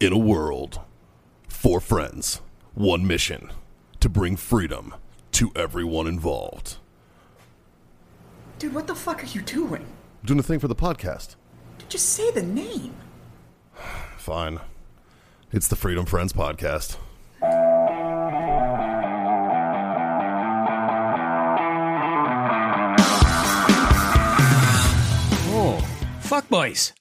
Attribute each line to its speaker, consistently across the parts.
Speaker 1: In a world, four friends, one mission to bring freedom to everyone involved.
Speaker 2: Dude, what the fuck are you doing?
Speaker 1: Doing a thing for the podcast.
Speaker 2: Just say the name.
Speaker 1: Fine. It's the Freedom Friends Podcast.
Speaker 3: Oh, fuck boys.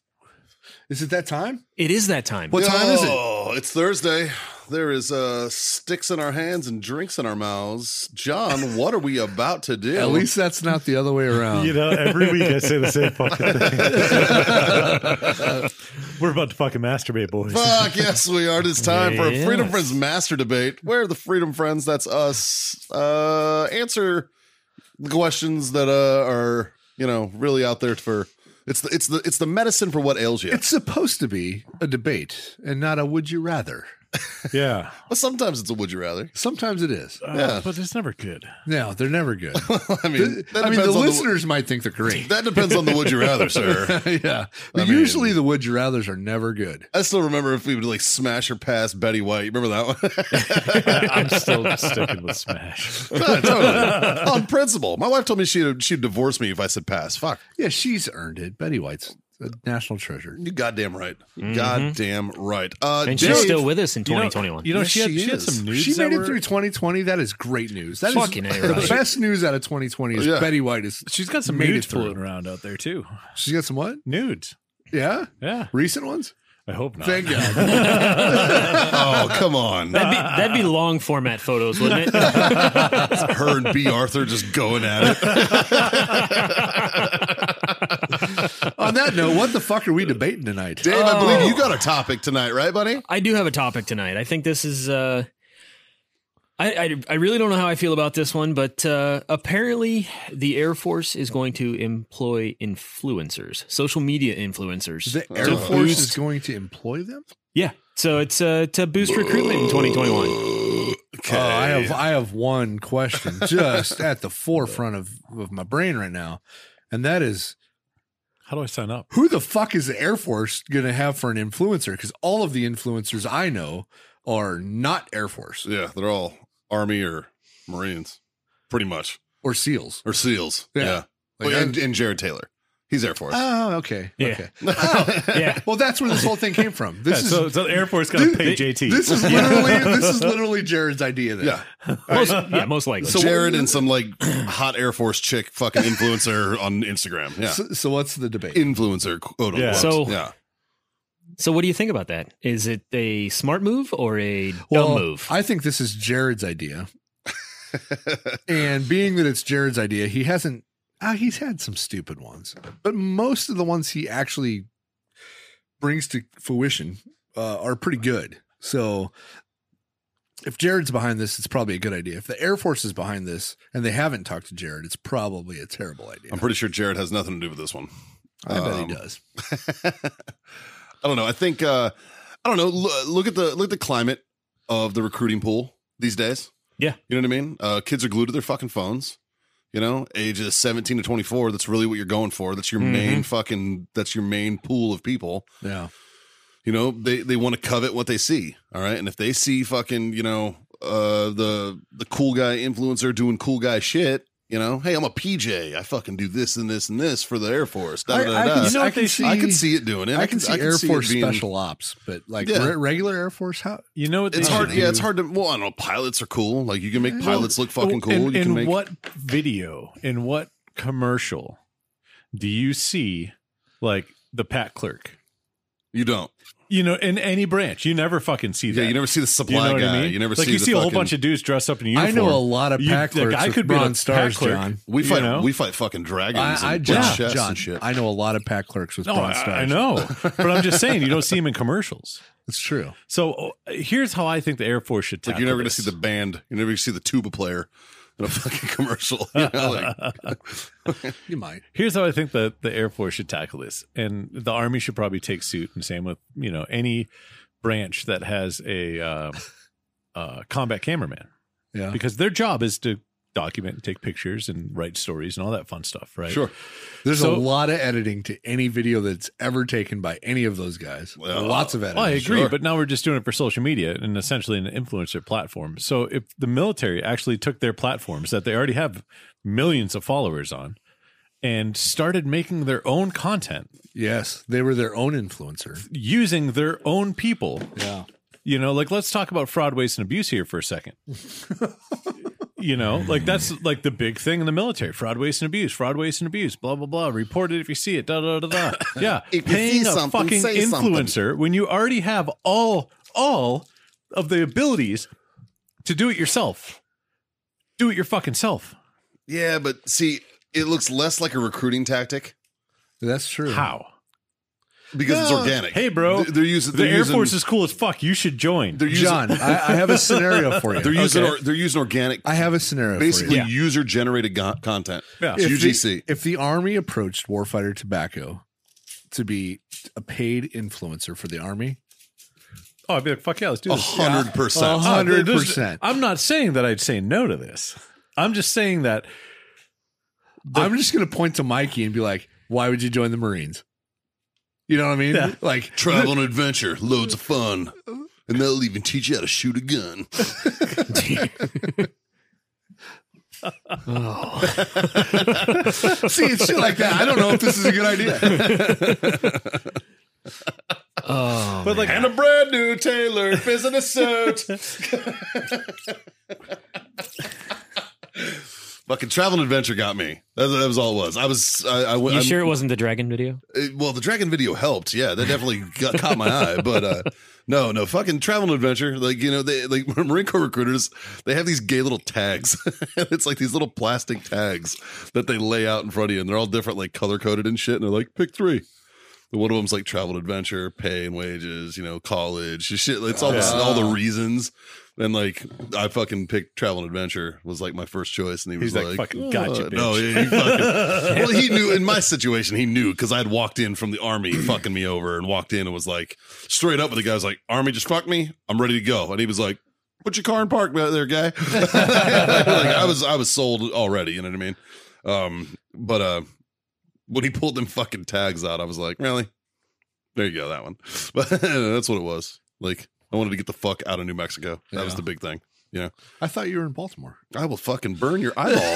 Speaker 4: Is it that time?
Speaker 3: It is that time.
Speaker 4: What time is it?
Speaker 1: Oh, it's Thursday. There is uh, sticks in our hands and drinks in our mouths. John, what are we about to do?
Speaker 4: At least that's not the other way around.
Speaker 5: You know, every week I say the same fucking thing. We're about to fucking masturbate, boys.
Speaker 1: Fuck yes, we are. It's time for a Freedom
Speaker 3: Yes.
Speaker 1: Friends Master Debate, where the Freedom Friends, that's us, uh, answer the questions that uh, are you know really out there for. It's the it's the it's the medicine for what ails you.
Speaker 4: it's supposed to be a debate and not a would you rather.
Speaker 5: Yeah.
Speaker 1: Well, sometimes it's a would you rather.
Speaker 4: Sometimes it is.
Speaker 5: Uh,
Speaker 1: Yeah.
Speaker 5: But it's never good.
Speaker 4: No, they're never good.
Speaker 1: I mean, that
Speaker 4: I mean, the
Speaker 1: depends on
Speaker 4: listeners might think they're great.
Speaker 1: that depends on the would you rather, sir.
Speaker 4: yeah. But
Speaker 1: I mean-
Speaker 4: usually the would you rathers are never good.
Speaker 1: I still remember if we would like smash or pass Betty White. Remember that one?
Speaker 5: I'm still sticking with Smash.
Speaker 1: No, totally. on principle. My wife told me she'd she'd divorce me if I said pass. Fuck.
Speaker 4: Yeah, she's earned it. Betty White's a national treasure.
Speaker 1: You goddamn right.
Speaker 4: Mm-hmm.
Speaker 1: You Goddamn right. Uh,
Speaker 3: and
Speaker 1: Dave-
Speaker 3: she's still with us in
Speaker 5: You know-
Speaker 3: 2021.
Speaker 5: You know,
Speaker 4: Yes,
Speaker 5: she, had, she had
Speaker 4: is.
Speaker 5: some news.
Speaker 4: She
Speaker 5: that
Speaker 4: made it
Speaker 5: were-
Speaker 4: through 2020. That is great news. That is
Speaker 3: Fucking A,
Speaker 4: the
Speaker 3: right.
Speaker 4: best news out of 2020 is
Speaker 1: Yeah.
Speaker 4: Betty White is.
Speaker 5: She's got some
Speaker 4: made it
Speaker 5: nudes
Speaker 4: through.
Speaker 5: floating around out there, too.
Speaker 4: She's got some what?
Speaker 5: Nudes.
Speaker 4: Yeah,
Speaker 5: Yeah.
Speaker 4: recent ones.
Speaker 5: I hope not.
Speaker 4: Thank God.
Speaker 1: oh, come on.
Speaker 3: that'd, be, that'd be long format photos, wouldn't it?
Speaker 1: Her and B. Arthur just going at it.
Speaker 4: On that note, what the fuck are we debating tonight?
Speaker 1: Dave, I believe you got a topic tonight, right, buddy?
Speaker 3: I do have a topic tonight. I think this is. Uh, I, I I really don't know how I feel about this one, but uh, apparently the Air Force is going to employ influencers, social media influencers.
Speaker 4: The Air
Speaker 3: to
Speaker 4: Force is
Speaker 3: boost-
Speaker 4: going to employ them.
Speaker 3: yeah. So it's uh, to boost recruitment in 2021.
Speaker 1: Okay.
Speaker 4: Oh, I have I have one question just at the forefront of, of my brain right now, and that is
Speaker 5: How do I sign up?
Speaker 4: who the fuck is the Air Force going to have for an influencer? Because all of the influencers I know are not Air Force
Speaker 1: yeah, they're all Army or Marines, pretty much,
Speaker 4: or SEALs.
Speaker 1: or SEALs. Yeah.
Speaker 4: Yeah. Like,
Speaker 1: and, Ah. and Jared Taylor. He's Air Force.
Speaker 4: oh, okay,
Speaker 3: Yeah.
Speaker 4: okay.
Speaker 3: Yeah.
Speaker 4: Well, that's where this whole thing came from.
Speaker 5: Yeah,
Speaker 4: This is
Speaker 5: so, so the Air Force got to pay JT.
Speaker 4: this is literally this is literally Jared's idea. Then.
Speaker 1: yeah.
Speaker 3: Most, yeah, most likely.
Speaker 1: So Jared and some like hot Air Force chick fucking influencer on Instagram. Yeah.
Speaker 4: So, so what's the debate?
Speaker 1: influencer, quote unquote.
Speaker 5: Yeah.
Speaker 3: So-
Speaker 1: yeah.
Speaker 3: So, what do you think about that? Is it a smart move or a dumb move?
Speaker 4: I think this is Jared's idea. and being that it's Jared's idea, he hasn't, ah, he's had some stupid ones, but most of the ones he actually brings to fruition uh, are pretty good. So if Jared's behind this, it's probably a good idea. If the Air Force is behind this and they haven't talked to Jared, it's probably a terrible idea.
Speaker 1: I'm pretty sure Jared has nothing to do with this one.
Speaker 4: I bet
Speaker 1: um,
Speaker 4: he does.
Speaker 1: I don't know. I think uh I don't know. Lo- look at the look at the climate of the recruiting pool these days.
Speaker 3: Yeah.
Speaker 1: You know what I mean? Uh kids are glued to their fucking phones. You know, ages 17 to 24, that's really what you're going for. That's
Speaker 4: Mm-hmm.
Speaker 1: your main fucking that's your main pool of people.
Speaker 4: Yeah.
Speaker 1: You know, they they want to covet what they see, all right? And if they see fucking, you know, uh the the cool guy influencer doing cool guy shit, you know, hey, I'm a PJ. I fucking do this and this and this for the Air Force. Da,
Speaker 4: I-
Speaker 1: da,
Speaker 4: I
Speaker 1: da,
Speaker 4: can-
Speaker 1: da.
Speaker 4: you know what they
Speaker 1: I can
Speaker 4: see-
Speaker 1: see it doing it.
Speaker 4: I, can see
Speaker 1: I
Speaker 4: Air
Speaker 1: it
Speaker 4: Force
Speaker 1: being-
Speaker 4: special ops, but like
Speaker 1: Yeah.
Speaker 4: re- regular Air Force, how?
Speaker 5: you know what they
Speaker 1: It's
Speaker 5: should
Speaker 1: hard.
Speaker 5: do?
Speaker 1: Yeah, it's hard to. Well, I don't know. Pilots are cool. Like you can make pilots look fucking cool.
Speaker 5: In,
Speaker 1: you can
Speaker 5: in
Speaker 1: make
Speaker 5: what video, in what commercial do you see like the Pat Clerk?
Speaker 1: you don't.
Speaker 5: You know, in any branch, you never fucking see that.
Speaker 1: Yeah, you never see the
Speaker 5: You
Speaker 1: supply
Speaker 5: know what
Speaker 1: guy.
Speaker 5: I mean?
Speaker 1: You never
Speaker 5: like
Speaker 1: see.
Speaker 5: you
Speaker 1: the
Speaker 5: see a whole
Speaker 1: fucking-
Speaker 5: bunch of dudes dressed up in uniform.
Speaker 4: I know a lot of
Speaker 5: You-
Speaker 4: pack
Speaker 5: like,
Speaker 4: clerks
Speaker 5: I could
Speaker 4: with
Speaker 5: be a
Speaker 4: bronze stars,
Speaker 5: pack clerk.
Speaker 4: John.
Speaker 1: We
Speaker 5: you
Speaker 1: fight.
Speaker 5: know?
Speaker 1: We fight fucking dragons.
Speaker 4: I, I
Speaker 1: and
Speaker 4: John,
Speaker 1: chess
Speaker 4: John,
Speaker 1: and shit.
Speaker 4: I know a lot of pack clerks with
Speaker 5: No,
Speaker 4: bronze
Speaker 5: I,
Speaker 4: stars.
Speaker 5: I know, but I'm just saying you don't see them in commercials.
Speaker 4: it's true.
Speaker 5: So uh, here's how I think the Air Force should
Speaker 1: like
Speaker 5: tackle.
Speaker 1: you're never gonna
Speaker 5: this.
Speaker 1: see the band. You're never gonna see the tuba player in a fucking commercial. You know, like,
Speaker 4: You might.
Speaker 5: Here's how I think the the Air Force should tackle this, and the Army should probably take suit, and same with you know any branch that has a um, uh, combat cameraman,
Speaker 4: Yeah.
Speaker 5: because their job is to document and take pictures and write stories and all that fun stuff, right?
Speaker 1: Sure.
Speaker 4: There's
Speaker 5: So-
Speaker 4: a lot of editing to any video that's ever taken by any of those guys.
Speaker 1: Well,
Speaker 4: Lots of editing.
Speaker 5: Well, I agree,
Speaker 1: Sure.
Speaker 5: but now we're just doing it for social media and essentially an influencer platform. So if the military actually took their platforms that they already have millions of followers on and started making their own content
Speaker 4: yes, they were their own influencer.
Speaker 5: using their own people,
Speaker 4: Yeah.
Speaker 5: you know, like let's talk about fraud, waste, and abuse here for a second. you know, like that's like the big thing in the military: fraud, waste, and abuse. Fraud, waste, and abuse. Blah blah blah. Report it if you see it. Da da da da. Yeah,
Speaker 1: If you see
Speaker 5: paying a
Speaker 1: something,
Speaker 5: fucking
Speaker 1: say something.
Speaker 5: influencer when you already have all all of the abilities to do it yourself. Do it your fucking self.
Speaker 1: Yeah, but see, it looks less like a recruiting tactic
Speaker 4: That's true.
Speaker 5: How?
Speaker 1: because it's
Speaker 5: No.
Speaker 1: organic.
Speaker 5: Hey, bro.
Speaker 1: They're, they're using
Speaker 5: The
Speaker 1: they're
Speaker 5: Air
Speaker 1: using-
Speaker 5: Force is cool as fuck. You should join.
Speaker 1: They're using,
Speaker 4: John, I, I have a scenario for you.
Speaker 1: They're using
Speaker 5: Okay.
Speaker 1: or, they're using organic,
Speaker 4: I have a scenario for
Speaker 1: basically
Speaker 4: you.
Speaker 5: Yeah.
Speaker 1: user generated go- content.
Speaker 5: Yeah.
Speaker 1: It's
Speaker 4: If the-
Speaker 1: UGC.
Speaker 4: if the Army approached Warfighter Tobacco to be a paid influencer for the Army,
Speaker 5: Oh, I'd be like, fuck yeah, let's do
Speaker 1: A
Speaker 5: this.
Speaker 1: hundred percent.
Speaker 5: Uh, there- there's-
Speaker 4: 100%.
Speaker 5: I'm not saying that I'd say no to this. I'm just saying that
Speaker 4: I'm just going to point to Mikey and be like, why would you join the Marines? You know what I mean?
Speaker 5: Yeah.
Speaker 4: Like,
Speaker 1: Travel and adventure, loads of fun, and they'll even teach you how to shoot a gun.
Speaker 4: see, it's shit like that. I don't know if this is a good idea.
Speaker 3: Oh,
Speaker 5: But like,
Speaker 1: and a brand new tailor business suit. Fucking travel and adventure got me. That, that was all it was. I was. I, I went.
Speaker 3: you
Speaker 1: I'm-
Speaker 3: sure it wasn't the dragon video?
Speaker 1: uh, well, the dragon video helped. Yeah, that definitely got, caught my eye. But uh, no, no, fucking travel and adventure. Like you know, they like Marine Corps recruiters. They have these gay little tags. it's like these little plastic tags that they lay out in front of you, and they're all different, like color coded and shit. And they're like, pick three. And one of them's like travel and adventure, pay and wages, you know, college, just shit. It's all the, all the reasons. And like, I fucking picked travel and adventure was like my first choice, and he was
Speaker 5: He's like, "Fucking gotcha,
Speaker 1: "Uh, No,
Speaker 5: bitch."
Speaker 1: yeah, you fucking well, he knew in my situation, he knew because I'd walked in from the army, fucking me over, and walked in and was like, straight up with the guy, I was like, Army just fucked me. I'm ready to go. And he was like, Put your car in park back there, guy. Like, I was I was sold already, you know what I mean? Um, but uh when he pulled them fucking tags out, I was like, Really? There you go, that one. But that's what it was. Like, I wanted to get the fuck out of New Mexico. That was
Speaker 4: Yeah.
Speaker 1: the big thing. You know,
Speaker 4: I thought you were in Baltimore.
Speaker 1: I will fucking burn your eyeball.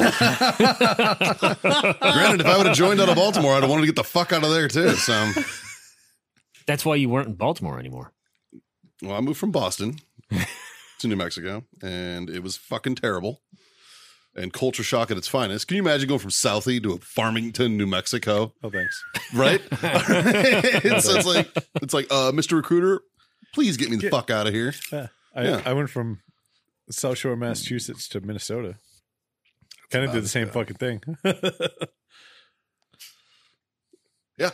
Speaker 1: Granted, if I would have joined out of Baltimore, I'd have wanted to get the fuck out of there too. So,
Speaker 3: That's why you weren't in Baltimore anymore.
Speaker 1: well, I moved from Boston to New Mexico, and it was fucking terrible and culture shock at its finest. Can you imagine going from Southie to Farmington, New Mexico,
Speaker 5: oh thanks.
Speaker 1: right? it's, it's like it's like, uh, Mr. Recruiter, please get me the fuck out of here.
Speaker 5: I,
Speaker 1: Yeah.
Speaker 5: I went from South Shore, Massachusetts to Minnesota. Kind of did the same fucking thing.
Speaker 1: Yeah,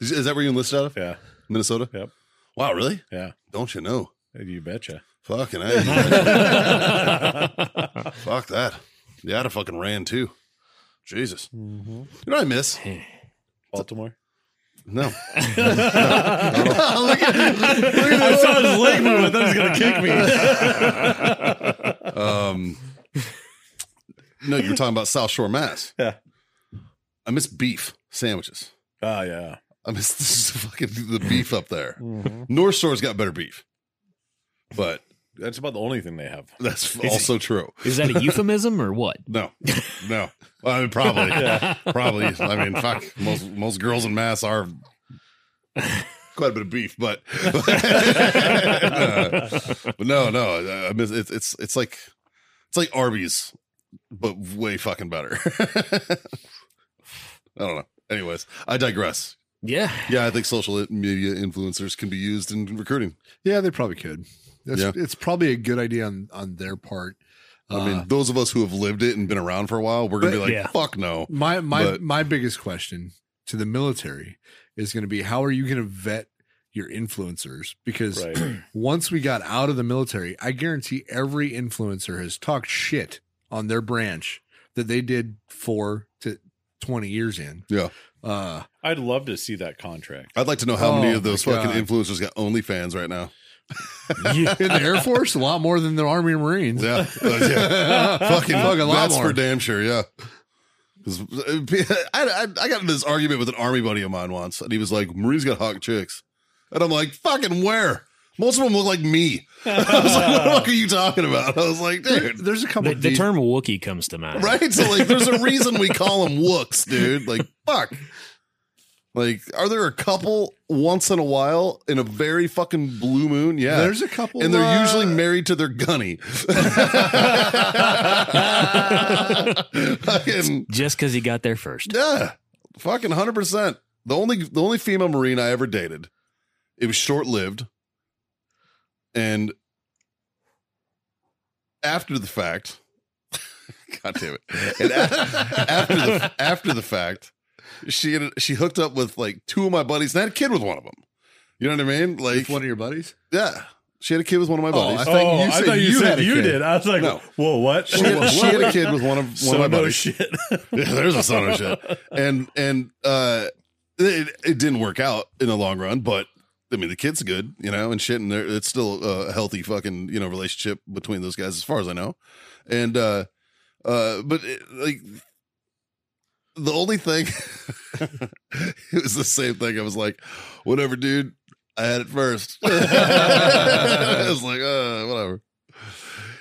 Speaker 1: is, is that where you enlisted out of?
Speaker 5: yeah,
Speaker 1: Minnesota.
Speaker 5: Yep.
Speaker 1: Wow, really?
Speaker 5: yeah,
Speaker 1: Don't you know?
Speaker 5: you betcha.
Speaker 1: Fucking A. Fuck that. Yeah, I'd have fucking ran too. Jesus.
Speaker 5: Mm-hmm.
Speaker 1: You know what I miss?
Speaker 5: Baltimore.
Speaker 1: No. Oh,
Speaker 5: I saw his leg move. I thought he was gonna kick me.
Speaker 1: Um, no, you were talking about South Shore, Mass.
Speaker 5: Yeah.
Speaker 1: I miss beef sandwiches.
Speaker 5: Oh yeah.
Speaker 1: I miss this fucking the beef up there.
Speaker 5: Mm-hmm.
Speaker 1: North Shore's got better beef, but
Speaker 5: That's about the only thing they have.
Speaker 1: that's also true.
Speaker 3: Is that a euphemism or what?
Speaker 1: No, no. I mean, probably, probably. I mean, fuck. Most most girls in Mass are quite a bit of beef, but but no, no. I miss, it's it's it's like it's like Arby's, but way fucking better. I don't know. Anyways, I digress.
Speaker 3: Yeah.
Speaker 1: Yeah, I think social media influencers can be used in recruiting.
Speaker 4: Yeah, they probably could. That's,
Speaker 1: Yeah.
Speaker 4: It's probably a good idea on, on their part.
Speaker 1: I
Speaker 4: Uh,
Speaker 1: mean, those of us who have lived it and been around for a while, we're gonna be like,
Speaker 3: Yeah.
Speaker 1: fuck no.
Speaker 4: My my
Speaker 1: But-
Speaker 4: my biggest question to the military is going to be how are you going to vet your influencers? Because
Speaker 5: Right.
Speaker 4: once we got out of the military, I guarantee every influencer has talked shit on their branch that they did four to twenty years in.
Speaker 1: Yeah.
Speaker 4: Uh,
Speaker 5: I'd love to see that contract.
Speaker 1: I'd like to know how many
Speaker 4: Oh
Speaker 1: of those
Speaker 4: my
Speaker 1: fucking
Speaker 4: God.
Speaker 1: influencers got OnlyFans right now.
Speaker 3: Yeah.
Speaker 4: In the Air Force, a lot more than the Army and Marines.
Speaker 1: Yeah. Uh, yeah. fucking,
Speaker 4: Fucking a lot
Speaker 1: That's
Speaker 4: more.
Speaker 1: for damn sure. Yeah. 'Cause, uh, I, I, I got in this argument with an army buddy of mine once, and he was like, Marines got hot chicks. And I'm like, fucking where? Most of them look like me. I was like, what the fuck are you talking about? I was like,
Speaker 4: There-
Speaker 1: dude.
Speaker 4: there's a couple.
Speaker 3: The,
Speaker 4: of
Speaker 3: the
Speaker 4: these-
Speaker 3: term Wookiee comes to mind.
Speaker 1: Right? So, like, there's a reason we call them looks, dude. Like, fuck. Like, are there a couple once in a while in a very fucking blue moon? Yeah.
Speaker 4: There's a couple,
Speaker 1: and they're
Speaker 4: uh,
Speaker 1: usually married to their gunny. fucking
Speaker 3: Just because he got there first.
Speaker 1: yeah, fucking hundred percent. The only the only female marine I ever dated, it was short lived, and after the fact, God damn it, and a- after the after the fact, she had, she hooked up with like two of my buddies and I had a kid with one of them. You know what I mean? Like,
Speaker 4: one of your buddies.
Speaker 1: yeah, she had a kid with one of my buddies.
Speaker 4: Oh,
Speaker 5: Oh,
Speaker 4: I thought you said you had a kid.
Speaker 5: did. I was like,
Speaker 1: No.
Speaker 5: whoa, what?
Speaker 1: she, had, she had a kid with one of one
Speaker 5: so
Speaker 1: of my
Speaker 5: no
Speaker 1: buddies.
Speaker 5: shit.
Speaker 1: yeah, there's a son of shit. And and uh it, it didn't work out in the long run, but I mean the kid's good, you know, and shit, and they're- it's still a healthy fucking you know relationship between those guys as far as I know. And uh uh but it, like the only thing it was the same thing. I was like, whatever, dude. I had it first. I was like, uh, whatever.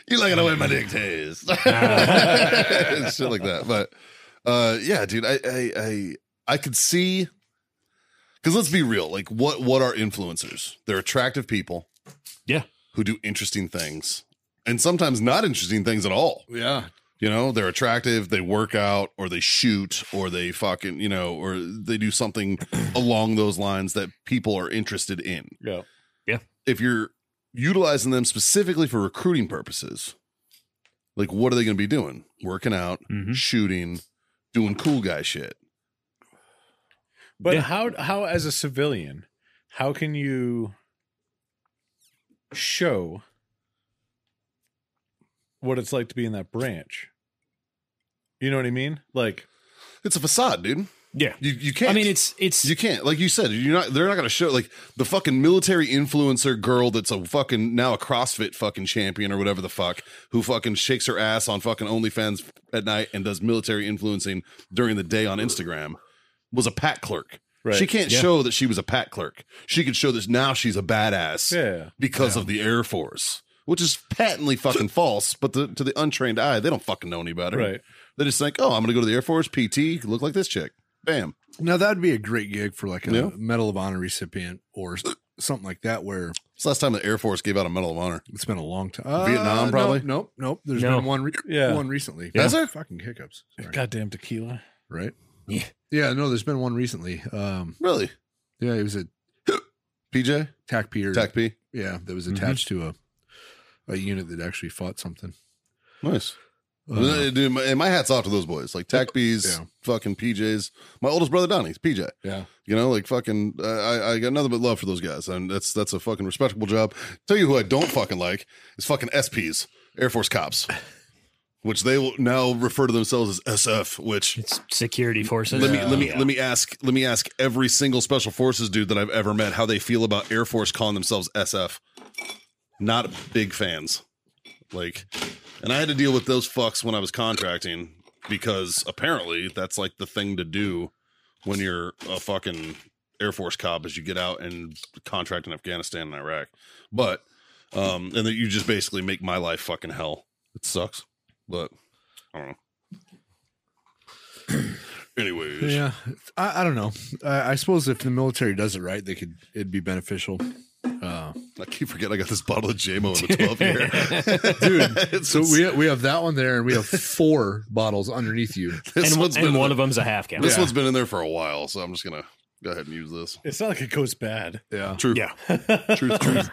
Speaker 1: You like it the way my dick tastes. And Shit like that. But uh yeah, dude, I I I, I could see because let's be real, like what what are influencers? They're attractive people
Speaker 3: Yeah.
Speaker 1: who do interesting things. And sometimes not interesting things at all.
Speaker 4: Yeah,
Speaker 1: You know, they're attractive, they work out, or they shoot, or they fucking, you know, or they do something along those lines that people are interested in.
Speaker 5: Yeah.
Speaker 1: If you're utilizing them specifically for recruiting purposes, like what are they going to be doing? Working out,
Speaker 3: Mhm.
Speaker 1: shooting, doing cool guy shit.
Speaker 5: But
Speaker 3: Yeah.
Speaker 5: how how as a civilian, how can you show what it's like to be in that branch? You know what I mean? Like
Speaker 1: It's a facade, dude.
Speaker 3: Yeah.
Speaker 1: You you can't.
Speaker 3: I mean, it's it's
Speaker 1: you can't. Like you said, you're not. They're not going to show like the fucking military influencer girl that's a fucking now a CrossFit fucking champion or whatever the fuck who fucking shakes her ass on fucking OnlyFans at night and does military influencing during the day on Instagram was a pat clerk.
Speaker 5: Right.
Speaker 1: She can't
Speaker 3: Yeah.
Speaker 1: show that she was a pat clerk. She could show that now she's a badass
Speaker 5: yeah.
Speaker 1: because of the Air Force, which is patently fucking false. But the, to the untrained eye, they don't fucking know any better.
Speaker 5: Right.
Speaker 1: They just think, oh, I'm going to go to the Air Force PT, look like this chick. Bam.
Speaker 4: now that'd be a great gig for like a
Speaker 1: Yeah.
Speaker 4: Medal of Honor recipient or s- something like that, where
Speaker 1: It's the last time the Air Force gave out a Medal of Honor.
Speaker 4: it's been a long time.
Speaker 1: Vietnam,
Speaker 4: no,
Speaker 1: probably?
Speaker 4: Nope, nope. There's
Speaker 3: No.
Speaker 4: been one, re-
Speaker 5: Yeah.
Speaker 4: one recently.
Speaker 1: Yeah. Has there?
Speaker 4: fucking hiccups? Sorry.
Speaker 5: Goddamn tequila.
Speaker 4: Right?
Speaker 3: Yeah.
Speaker 4: yeah. No, there's been one recently. Um,
Speaker 1: Really?
Speaker 4: yeah, it was a
Speaker 1: PJ?
Speaker 4: TAC P or
Speaker 1: Tac P? Mm-hmm.
Speaker 4: yeah, that was
Speaker 5: Mhm.
Speaker 4: attached to a a unit that actually fought something.
Speaker 1: Nice.
Speaker 4: Uh,
Speaker 1: Dude, my, and my hat's off to those boys. Like Tac P's,
Speaker 4: Yeah.
Speaker 1: fucking PJ's. My oldest brother Donnie's PJ.
Speaker 4: yeah,
Speaker 1: You know, like fucking, I- I, I got nothing but love for those guys, and that's that's a fucking respectable job. Tell you who I don't fucking like is fucking SPs, Air Force cops, which they will now refer to themselves as SF. Which
Speaker 3: it's security forces.
Speaker 1: let me let me let me ask let me ask every single special forces dude that I've ever met how they feel about Air Force calling themselves SF. Not big fans. Like and I had to deal with those fucks when I was contracting because apparently that's like the thing to do when you're a fucking Air Force cop is you get out and contract in Afghanistan and Iraq. But um and that you just basically make my life fucking hell. It sucks. But I don't know. Anyways.
Speaker 4: yeah. I, I don't know. I, I suppose if the military does it right, they could. It'd be beneficial. Uh,
Speaker 1: I keep forgetting I got this bottle of JMO in the 12 year.
Speaker 4: Dude,
Speaker 1: It's-
Speaker 4: so we we have that one there, and we have four bottles underneath you.
Speaker 1: this
Speaker 3: and,
Speaker 1: one's
Speaker 3: and
Speaker 1: been
Speaker 3: one of them's a half count.
Speaker 1: this one's been in there for a while, so I'm just gonna go ahead and use this.
Speaker 5: It's not like it goes bad.
Speaker 4: Yeah,
Speaker 1: True.
Speaker 3: Yeah.
Speaker 1: Truth, truth.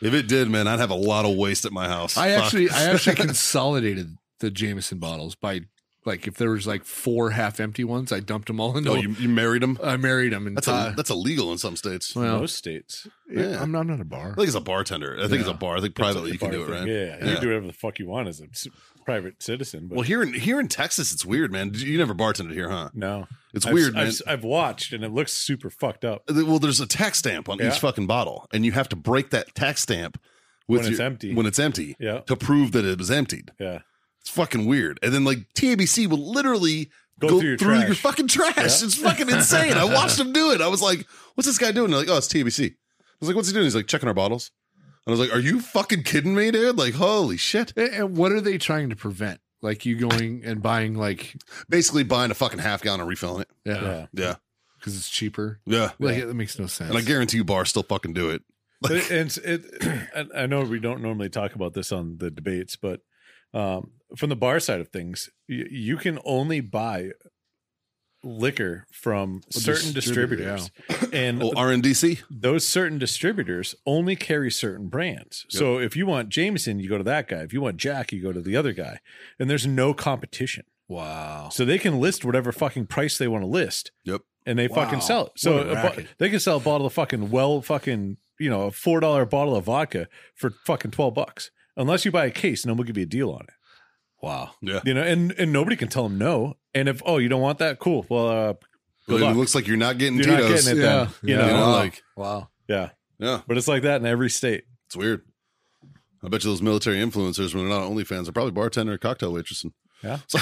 Speaker 1: If it did, man, I'd have a lot of waste at my house.
Speaker 4: I
Speaker 1: Fuck.
Speaker 4: actually I actually consolidated the Jameson bottles by Like if there was like four half empty ones, I dumped them all into.
Speaker 1: No, Oh, you, you married him.
Speaker 4: I married them and
Speaker 1: That's
Speaker 4: uh,
Speaker 1: a, that's illegal in some states. I
Speaker 4: well, eh,
Speaker 5: Most states.
Speaker 1: yeah.
Speaker 4: I'm not I'm not a bar.
Speaker 1: think it's a bartender. I think it's a
Speaker 4: Yeah.
Speaker 1: bar. I think privately you can do it, right?
Speaker 5: Yeah, you do whatever the fuck you want as a s- private citizen. But
Speaker 1: Well, here in here in Texas, it's weird, man. You never bartended here, huh?
Speaker 5: no,
Speaker 1: It's
Speaker 5: I've-
Speaker 1: weird,
Speaker 5: I've,
Speaker 1: man.
Speaker 5: I've watched and it looks super fucked up
Speaker 1: Th- Well, there's a tax stamp on
Speaker 5: Yeah.
Speaker 1: each fucking bottle, and you have to break that tax stamp with
Speaker 5: When it's
Speaker 1: your-
Speaker 5: empty.
Speaker 1: When it's empty,
Speaker 5: Yeah.
Speaker 1: to prove that it was emptied.
Speaker 5: Yeah.
Speaker 1: It's fucking weird. And then like TABC will literally go, through, your,
Speaker 5: trash.
Speaker 1: fucking trash. It's fucking insane. I watched him do it. I was like, "What's this guy doing?" They're like, "Oh, it's TABC." I was like, "What's he doing?" He's like, "Checking our bottles." And I was like, "Are you fucking kidding me, dude? Like, holy shit!"
Speaker 4: And- And what are they trying to prevent? Like you going and buying like
Speaker 1: Basically, buying a fucking half gallon and refilling it.
Speaker 4: yeah
Speaker 5: Yeah.
Speaker 1: Yeah,
Speaker 4: because it's cheaper.
Speaker 1: yeah.
Speaker 4: Like that makes no sense.
Speaker 1: And I guarantee you, bars still fucking do it.
Speaker 5: But it, and it's- it, and I know we don't normally talk about this on the debates, but um, from the bar side of things, you, you can only buy liquor from certain
Speaker 4: distributor,
Speaker 5: distributors, and
Speaker 1: Oh, R and D C.
Speaker 5: those certain distributors only carry certain brands. So if you want Jameson, you go to that guy. If you want Jack, you go to the other guy. And there's no competition.
Speaker 4: wow.
Speaker 5: So they can list whatever fucking price they want to list.
Speaker 1: Yep.
Speaker 5: And they
Speaker 4: Wow.
Speaker 5: fucking sell it. So
Speaker 4: What a
Speaker 5: a bo-
Speaker 4: racket.
Speaker 5: they can sell a bottle of fucking well fucking, you know, a $4 bottle of vodka for fucking 12 bucks. Unless you buy a case, no one will give you a deal on it.
Speaker 4: Wow.
Speaker 1: Yeah.
Speaker 5: You know, and and nobody can tell them no. And if oh, you don't want that, cool. Well, uh,
Speaker 1: But
Speaker 5: good
Speaker 1: it
Speaker 5: luck.
Speaker 1: looks like you're not getting
Speaker 5: You're not
Speaker 1: Tito's.
Speaker 5: getting it then. You
Speaker 1: Yeah.
Speaker 5: know,
Speaker 1: Wow.
Speaker 5: like
Speaker 4: wow.
Speaker 5: yeah.
Speaker 1: Yeah,
Speaker 5: But it's like that in every state.
Speaker 1: it's weird. I bet you those military influencers, when they're not OnlyFans, are probably bartender or cocktail waitress. and-
Speaker 5: Yeah.
Speaker 1: So-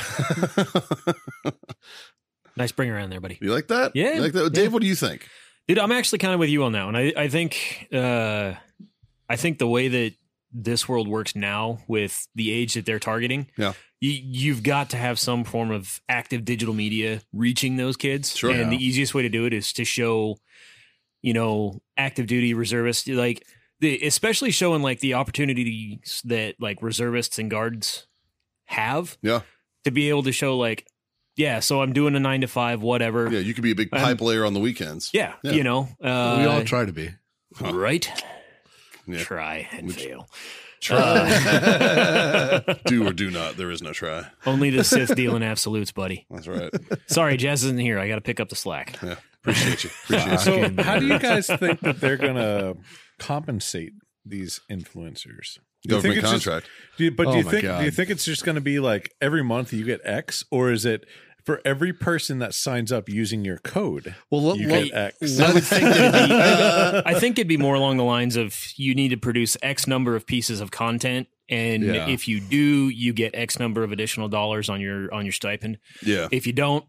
Speaker 3: Nice bring around there, buddy.
Speaker 1: you like that?
Speaker 3: Yeah.
Speaker 1: You like that? Dave, what do you think?
Speaker 3: Dude, I'm actually kind of with you on that one. I, I think uh, I think the way that this world works now with the age that they're targeting,
Speaker 1: Yeah.
Speaker 3: you, you've got to have some form of active digital media reaching those kids.
Speaker 1: Sure.
Speaker 3: and the easiest way to do it is to show, you know, active duty reservists, like the, especially showing like the opportunities that like reservists and guards have.
Speaker 1: Yeah.
Speaker 3: to be able to show like, yeah, so I'm doing a nine to five, whatever.
Speaker 1: Yeah, you could be a big
Speaker 3: Um,
Speaker 1: pipe layer on the weekends.
Speaker 3: Yeah,
Speaker 1: Yeah.
Speaker 3: you know, uh,
Speaker 4: we all try to be.
Speaker 1: Huh.
Speaker 3: right?
Speaker 1: Yeah.
Speaker 3: Try and
Speaker 1: Which-
Speaker 3: fail.
Speaker 1: Try. do or do not. There is no try.
Speaker 3: Only the Sith deal in absolutes, buddy.
Speaker 1: That's right.
Speaker 3: Sorry, Jazz isn't here. I got to pick up the slack.
Speaker 1: Yeah. Appreciate you. Appreciate you.
Speaker 5: So, how do you guys think that they're going to compensate these influencers? Do you think
Speaker 1: Government
Speaker 5: it's just-
Speaker 1: contract.
Speaker 5: do you- but
Speaker 4: Oh
Speaker 5: do you
Speaker 4: my
Speaker 5: think
Speaker 4: God.
Speaker 5: do you think it's just going to be like every month you get X, or is it for every person that signs up using your code
Speaker 4: Well, let,
Speaker 5: you
Speaker 4: let-
Speaker 5: get X?
Speaker 3: I would think it'd be, I think it'd be more along the lines of you need to produce X number of pieces of content, and
Speaker 4: Yeah.
Speaker 3: if you do, you get X number of additional dollars on your on your stipend.
Speaker 1: Yeah.
Speaker 3: If you don't,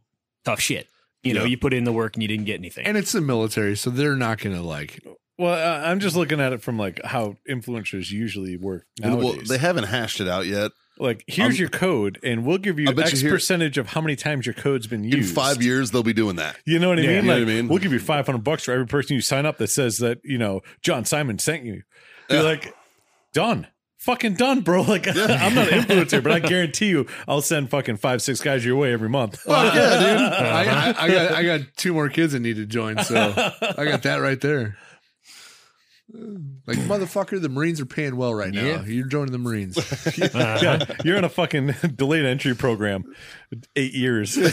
Speaker 3: tough shit. You know,
Speaker 1: Yeah.
Speaker 3: you put in the work and you didn't get anything.
Speaker 4: and it's the military, so they're not going to like.
Speaker 5: Well, I- I'm just looking at it from like how influencers usually work
Speaker 1: Well,
Speaker 5: nowadays.
Speaker 1: they haven't hashed it out yet.
Speaker 5: like, here's
Speaker 1: I'm-
Speaker 5: your code, and we'll give you
Speaker 1: I bet
Speaker 5: X
Speaker 1: you here-
Speaker 5: percentage of how many times your code's been
Speaker 1: In
Speaker 5: used
Speaker 1: five years, they'll be doing that.
Speaker 5: You know what I
Speaker 1: Yeah.
Speaker 5: mean?
Speaker 1: You know
Speaker 5: like,
Speaker 1: what I mean?
Speaker 5: we'll give you 500 bucks for every person you sign up that says that, you know, John Simon sent you. You're like, done. Fucking done, bro. Like, I'm not an influencer, but I guarantee you I'll send fucking five, six guys your way every month.
Speaker 4: Fuck yeah, dude! I, I, I got I got two more kids that need to join, so I got that right there. Like motherfucker, the Marines are paying well right now.
Speaker 3: Yeah.
Speaker 4: You're joining the Marines.
Speaker 5: Yeah, you're in a fucking delayed entry program, eight years.
Speaker 1: You'd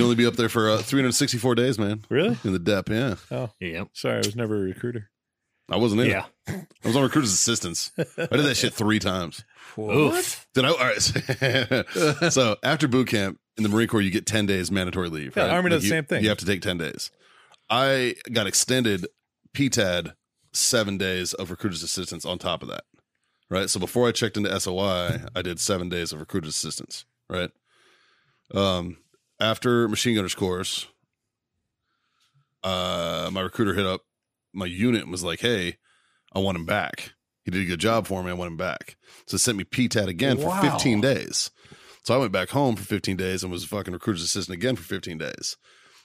Speaker 1: only be up there for uh, 364 days, man.
Speaker 5: really?
Speaker 1: In the depth, yeah.
Speaker 3: yeah,
Speaker 5: Sorry, I was never a recruiter.
Speaker 1: I wasn't in.
Speaker 3: yeah.
Speaker 1: I was on recruiter's assistants. I did that shit three times.
Speaker 3: Oof.
Speaker 1: Did I? All right. so after boot camp in the Marine Corps, you get 10 days mandatory leave.
Speaker 5: Yeah,
Speaker 1: right?
Speaker 5: Army does
Speaker 1: you-
Speaker 5: the same thing.
Speaker 1: You have to take 10 days. I got extended PTAD seven days of recruiter's assistance on top of that. Right. So before I checked into SOI, I did seven days of recruiter's assistance. Right. Um, after machine gunners course, uh, my recruiter hit up my unit and was like, Hey, I want him back. He did a good job for me. I want him back. So they sent me PTAT again
Speaker 4: Wow.
Speaker 1: for 15 days. So I went back home for 15 days and was a fucking recruiter's assistant again for 15 days.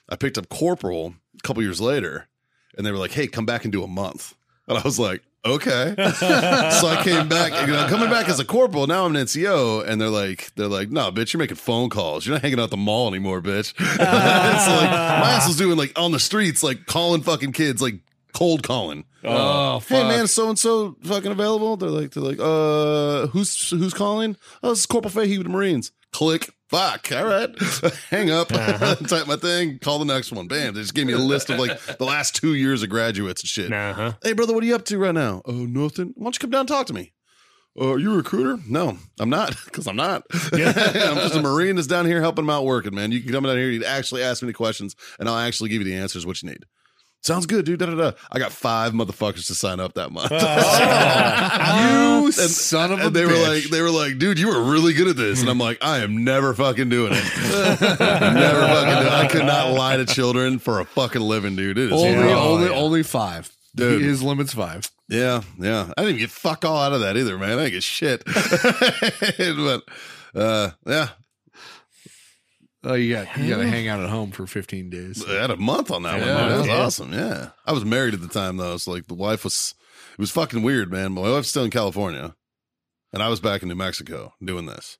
Speaker 1: I picked up corporal a couple years later and they were like, Hey, come back and do a month. And I was like, okay. so I came back, you know, coming back as a corporal. Now I'm an NCO, and they're like, they're like, no, bitch, you're making phone calls. You're not hanging out at the mall anymore, bitch. it's like my ass was doing like on the streets, like calling fucking kids, like cold calling.
Speaker 5: Oh,
Speaker 1: Hey man, so and so fucking available. They're like, they're like, uh, who's who's calling? Oh, this is Corporal Fahey with the Marines. Click. Fuck. All right. Hang up. Type my thing. Call the next one. Bam. They just gave me a list of like the last two years of graduates and shit.
Speaker 3: Nah, huh?
Speaker 1: Hey brother, what are you up to right now? Oh, nothing. Why don't you come down and talk to me? Uh, are you a recruiter? No, I'm not, because I'm not. I'm just a Marine that's down here helping them out working, man. You can come down here, you can actually ask me the questions, and I'll actually give you the answers what you need. Sounds good, dude. Da, da, da. I got five motherfuckers to sign up that month.
Speaker 4: you
Speaker 1: And-
Speaker 4: Ah, son of a
Speaker 1: and they were
Speaker 4: bitch.
Speaker 1: like, they were like, dude, you were really good at this, and I'm like, I am never fucking doing it. never fucking. Doing it. I could not lie to children for a fucking living, dude. It is
Speaker 4: only,
Speaker 1: rough.
Speaker 4: only,
Speaker 5: yeah.
Speaker 4: only five.
Speaker 1: Dude.
Speaker 4: His limit's five.
Speaker 1: Yeah, yeah. I didn't even get fuck all out of that either, man. I didn't get shit. but uh, yeah,
Speaker 4: Oh, you got you got to hang out at home for 15 days.
Speaker 1: I had a month on that one.
Speaker 4: Yeah.
Speaker 1: man. That was
Speaker 5: Yeah.
Speaker 1: awesome. Yeah, I was married at the time though, so like the wife was. It was fucking weird, man. My wife's still in California, and I was back in New Mexico doing this,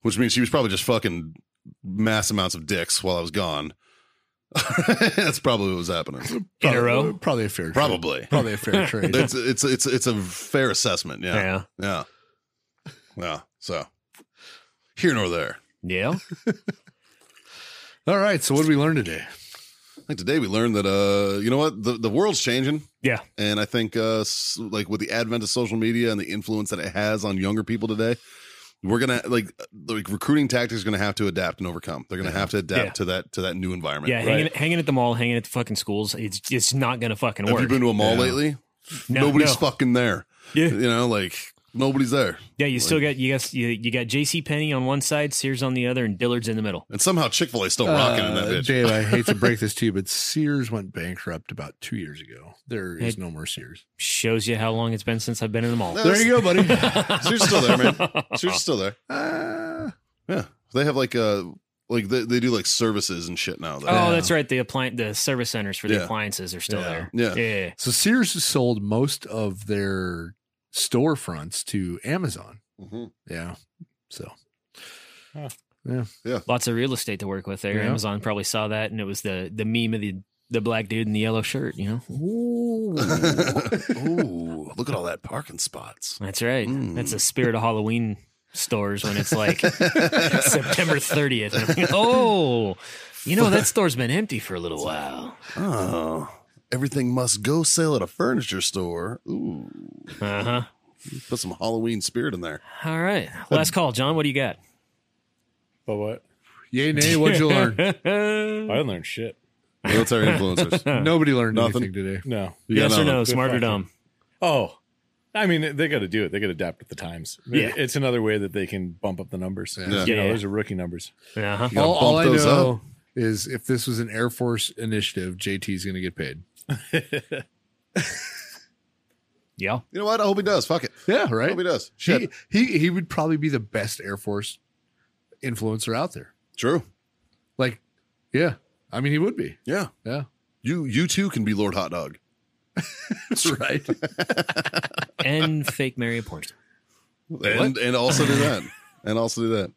Speaker 1: which means she was probably just fucking mass amounts of dicks while I was gone. That's probably what was happening.
Speaker 3: In a
Speaker 4: Probably-
Speaker 3: row?
Speaker 4: Probably a fair trade.
Speaker 1: Probably.
Speaker 4: Probably a fair trade.
Speaker 1: It's it's it's it's a fair assessment. Yeah.
Speaker 3: Yeah.
Speaker 1: Yeah. Yeah. So here nor there.
Speaker 3: Yeah.
Speaker 4: All right. So what did we learn today?
Speaker 1: I think today we learned that uh you know what the, the world's changing
Speaker 3: Yeah.
Speaker 1: and I think uh s- like with the advent of social media and the influence that it has on younger people today we're going to like like recruiting tactics are going to have to adapt and overcome. They're going to have to adapt
Speaker 3: Yeah.
Speaker 1: to that to that new environment.
Speaker 3: Yeah. Hanging, hanging at the mall, hanging at the fucking schools, it's it's not going to fucking
Speaker 1: Have
Speaker 3: work.
Speaker 1: you been to a mall lately?
Speaker 3: No,
Speaker 1: Nobody's
Speaker 3: no.
Speaker 1: fucking there.
Speaker 3: Yeah.
Speaker 1: You know like nobody's there.
Speaker 3: Yeah, you still got you got you, you got J.C. Penney on one side, Sears on the other, and Dillard's in the middle.
Speaker 1: And somehow Chick-fil-A's still rocking in that
Speaker 4: Uh,
Speaker 1: bitch.
Speaker 4: Dave, I hate to break this to you, but Sears went bankrupt about two years ago. There is
Speaker 3: Hey.
Speaker 4: no more Sears.
Speaker 3: Shows you how long it's been since I've been in the mall.
Speaker 1: No,
Speaker 4: There you go, buddy.
Speaker 1: So you're still there, man. So you're still there.
Speaker 4: Uh,
Speaker 1: Yeah, they have like uh like they, they do like services and shit now. Though.
Speaker 3: Oh, that's right. The appliance, the service centers for the
Speaker 1: Yeah.
Speaker 3: appliances are still
Speaker 4: Yeah.
Speaker 3: there.
Speaker 1: Yeah.
Speaker 3: Yeah.
Speaker 4: so Sears sold most of their storefronts to Amazon.
Speaker 1: Mhm.
Speaker 4: Yeah. So
Speaker 3: lots of real estate to work with there.
Speaker 4: Yeah.
Speaker 3: Amazon probably saw that, and it was the the meme of the the black dude in the yellow shirt. You know,
Speaker 1: Ooh, look at all that parking spots.
Speaker 3: that's right.
Speaker 1: Mm.
Speaker 3: That's the spirit of Halloween stores when it's like September thirtieth. oh, you know that store's been empty for a little while.
Speaker 1: Oh, everything must go sell at a furniture store. Ooh,
Speaker 3: Uh huh.
Speaker 1: put some Halloween spirit in there.
Speaker 3: All right, last call, John. What do you got?
Speaker 5: But what?
Speaker 4: yay, nay, what'd you learn?
Speaker 3: Uh,
Speaker 5: I didn't learn shit.
Speaker 1: Military influencers.
Speaker 4: Nobody learned
Speaker 1: Nothing.
Speaker 4: anything today.
Speaker 5: No.
Speaker 1: You got
Speaker 3: yes or
Speaker 1: another
Speaker 3: no?
Speaker 1: one?
Speaker 3: Smart or dumb?
Speaker 5: Oh, I mean, they got to do it. They got to adapt with the times.
Speaker 3: Yeah.
Speaker 5: It's another way that they can bump up the numbers.
Speaker 1: Yeah.
Speaker 5: You know,
Speaker 3: Yeah.
Speaker 5: those are rookie numbers.
Speaker 3: Uh huh.
Speaker 1: You gotta
Speaker 4: All, all I
Speaker 1: bump those
Speaker 4: know
Speaker 1: up.
Speaker 4: is if this was an Air Force initiative, JT's going to get paid.
Speaker 3: Yeah.
Speaker 1: You know what? I hope he does. Fuck it.
Speaker 4: Yeah,
Speaker 1: I
Speaker 4: right.
Speaker 1: hope he does.
Speaker 4: He,
Speaker 1: Shit.
Speaker 4: he he would probably be the best Air Force influencer out there.
Speaker 1: True.
Speaker 4: Like, yeah, I mean, he would be.
Speaker 1: Yeah.
Speaker 4: Yeah,
Speaker 1: You you too can be Lord Hot Dog.
Speaker 4: that's right.
Speaker 3: And fake Mary a porn star.
Speaker 1: And and also do that. and also do that.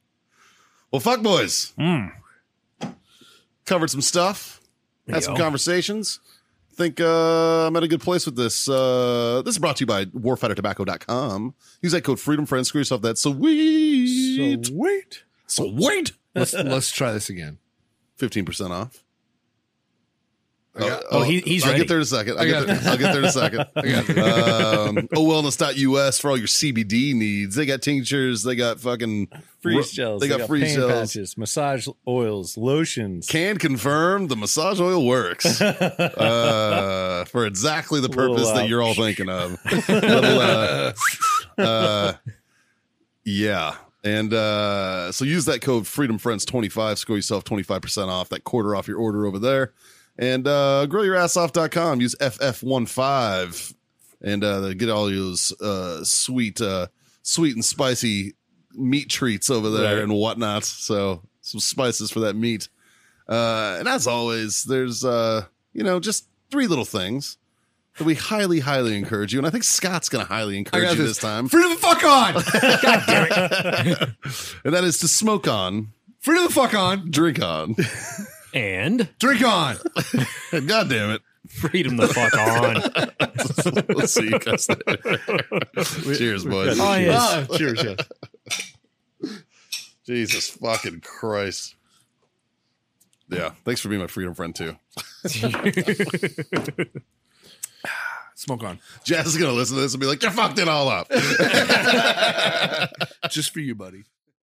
Speaker 1: Well, fuck boys. Covered some stuff. Had some
Speaker 3: Yo.
Speaker 1: conversations. Think uh, I'm at a good place with this. Uh, this is brought to you by warfightertobacco.com. Use that code freedom friends. Screw yourself that sweet.
Speaker 5: Sweet.
Speaker 1: So wait.
Speaker 4: let's let's try this again.
Speaker 1: 15% off.
Speaker 4: got-
Speaker 3: Oh, he- he's
Speaker 1: I'll
Speaker 3: ready.
Speaker 1: get there in a second. I'll,
Speaker 4: I
Speaker 1: get
Speaker 4: got
Speaker 1: there, I'll get there in a second. um, ohwellness.us for all your CBD needs. They got tinctures. They got fucking
Speaker 5: Freeze gels.
Speaker 1: They got, freeze
Speaker 5: pain
Speaker 1: gels.
Speaker 5: patches, massage oils, lotions.
Speaker 1: Can confirm the massage oil works uh, for exactly the
Speaker 5: Little,
Speaker 1: purpose
Speaker 5: uh,
Speaker 1: that you're all thinking of. Little, uh, uh, yeah. And uh, so use that code FreedomFriends25, score yourself 25% off that quarter off your order over there. And uh, grillyourassoff.com, use FF15 and uh, get all those uh, sweet, uh, sweet and spicy meat treats over there
Speaker 5: Right.
Speaker 1: and whatnot. So some spices for that meat. Uh, and as always, there's, uh, you know, just three little things that we highly, highly encourage you. And I think Scott's going to highly encourage you this time.
Speaker 4: Free the fuck on.
Speaker 1: And that is to smoke on,
Speaker 4: Free the fuck on.
Speaker 1: drink on.
Speaker 3: And
Speaker 4: Drink on.
Speaker 1: God damn it.
Speaker 3: Read him the fuck on.
Speaker 1: we'll see you guys later. Cheers, boys.
Speaker 3: Oh, yeah.
Speaker 4: Ah, cheers, yeah.
Speaker 1: Jesus fucking Christ. Yeah. Thanks for being my freedom friend too.
Speaker 4: Smoke on.
Speaker 1: Jazz is gonna listen to this and be like, you fucked it all up.
Speaker 4: Just for you, buddy.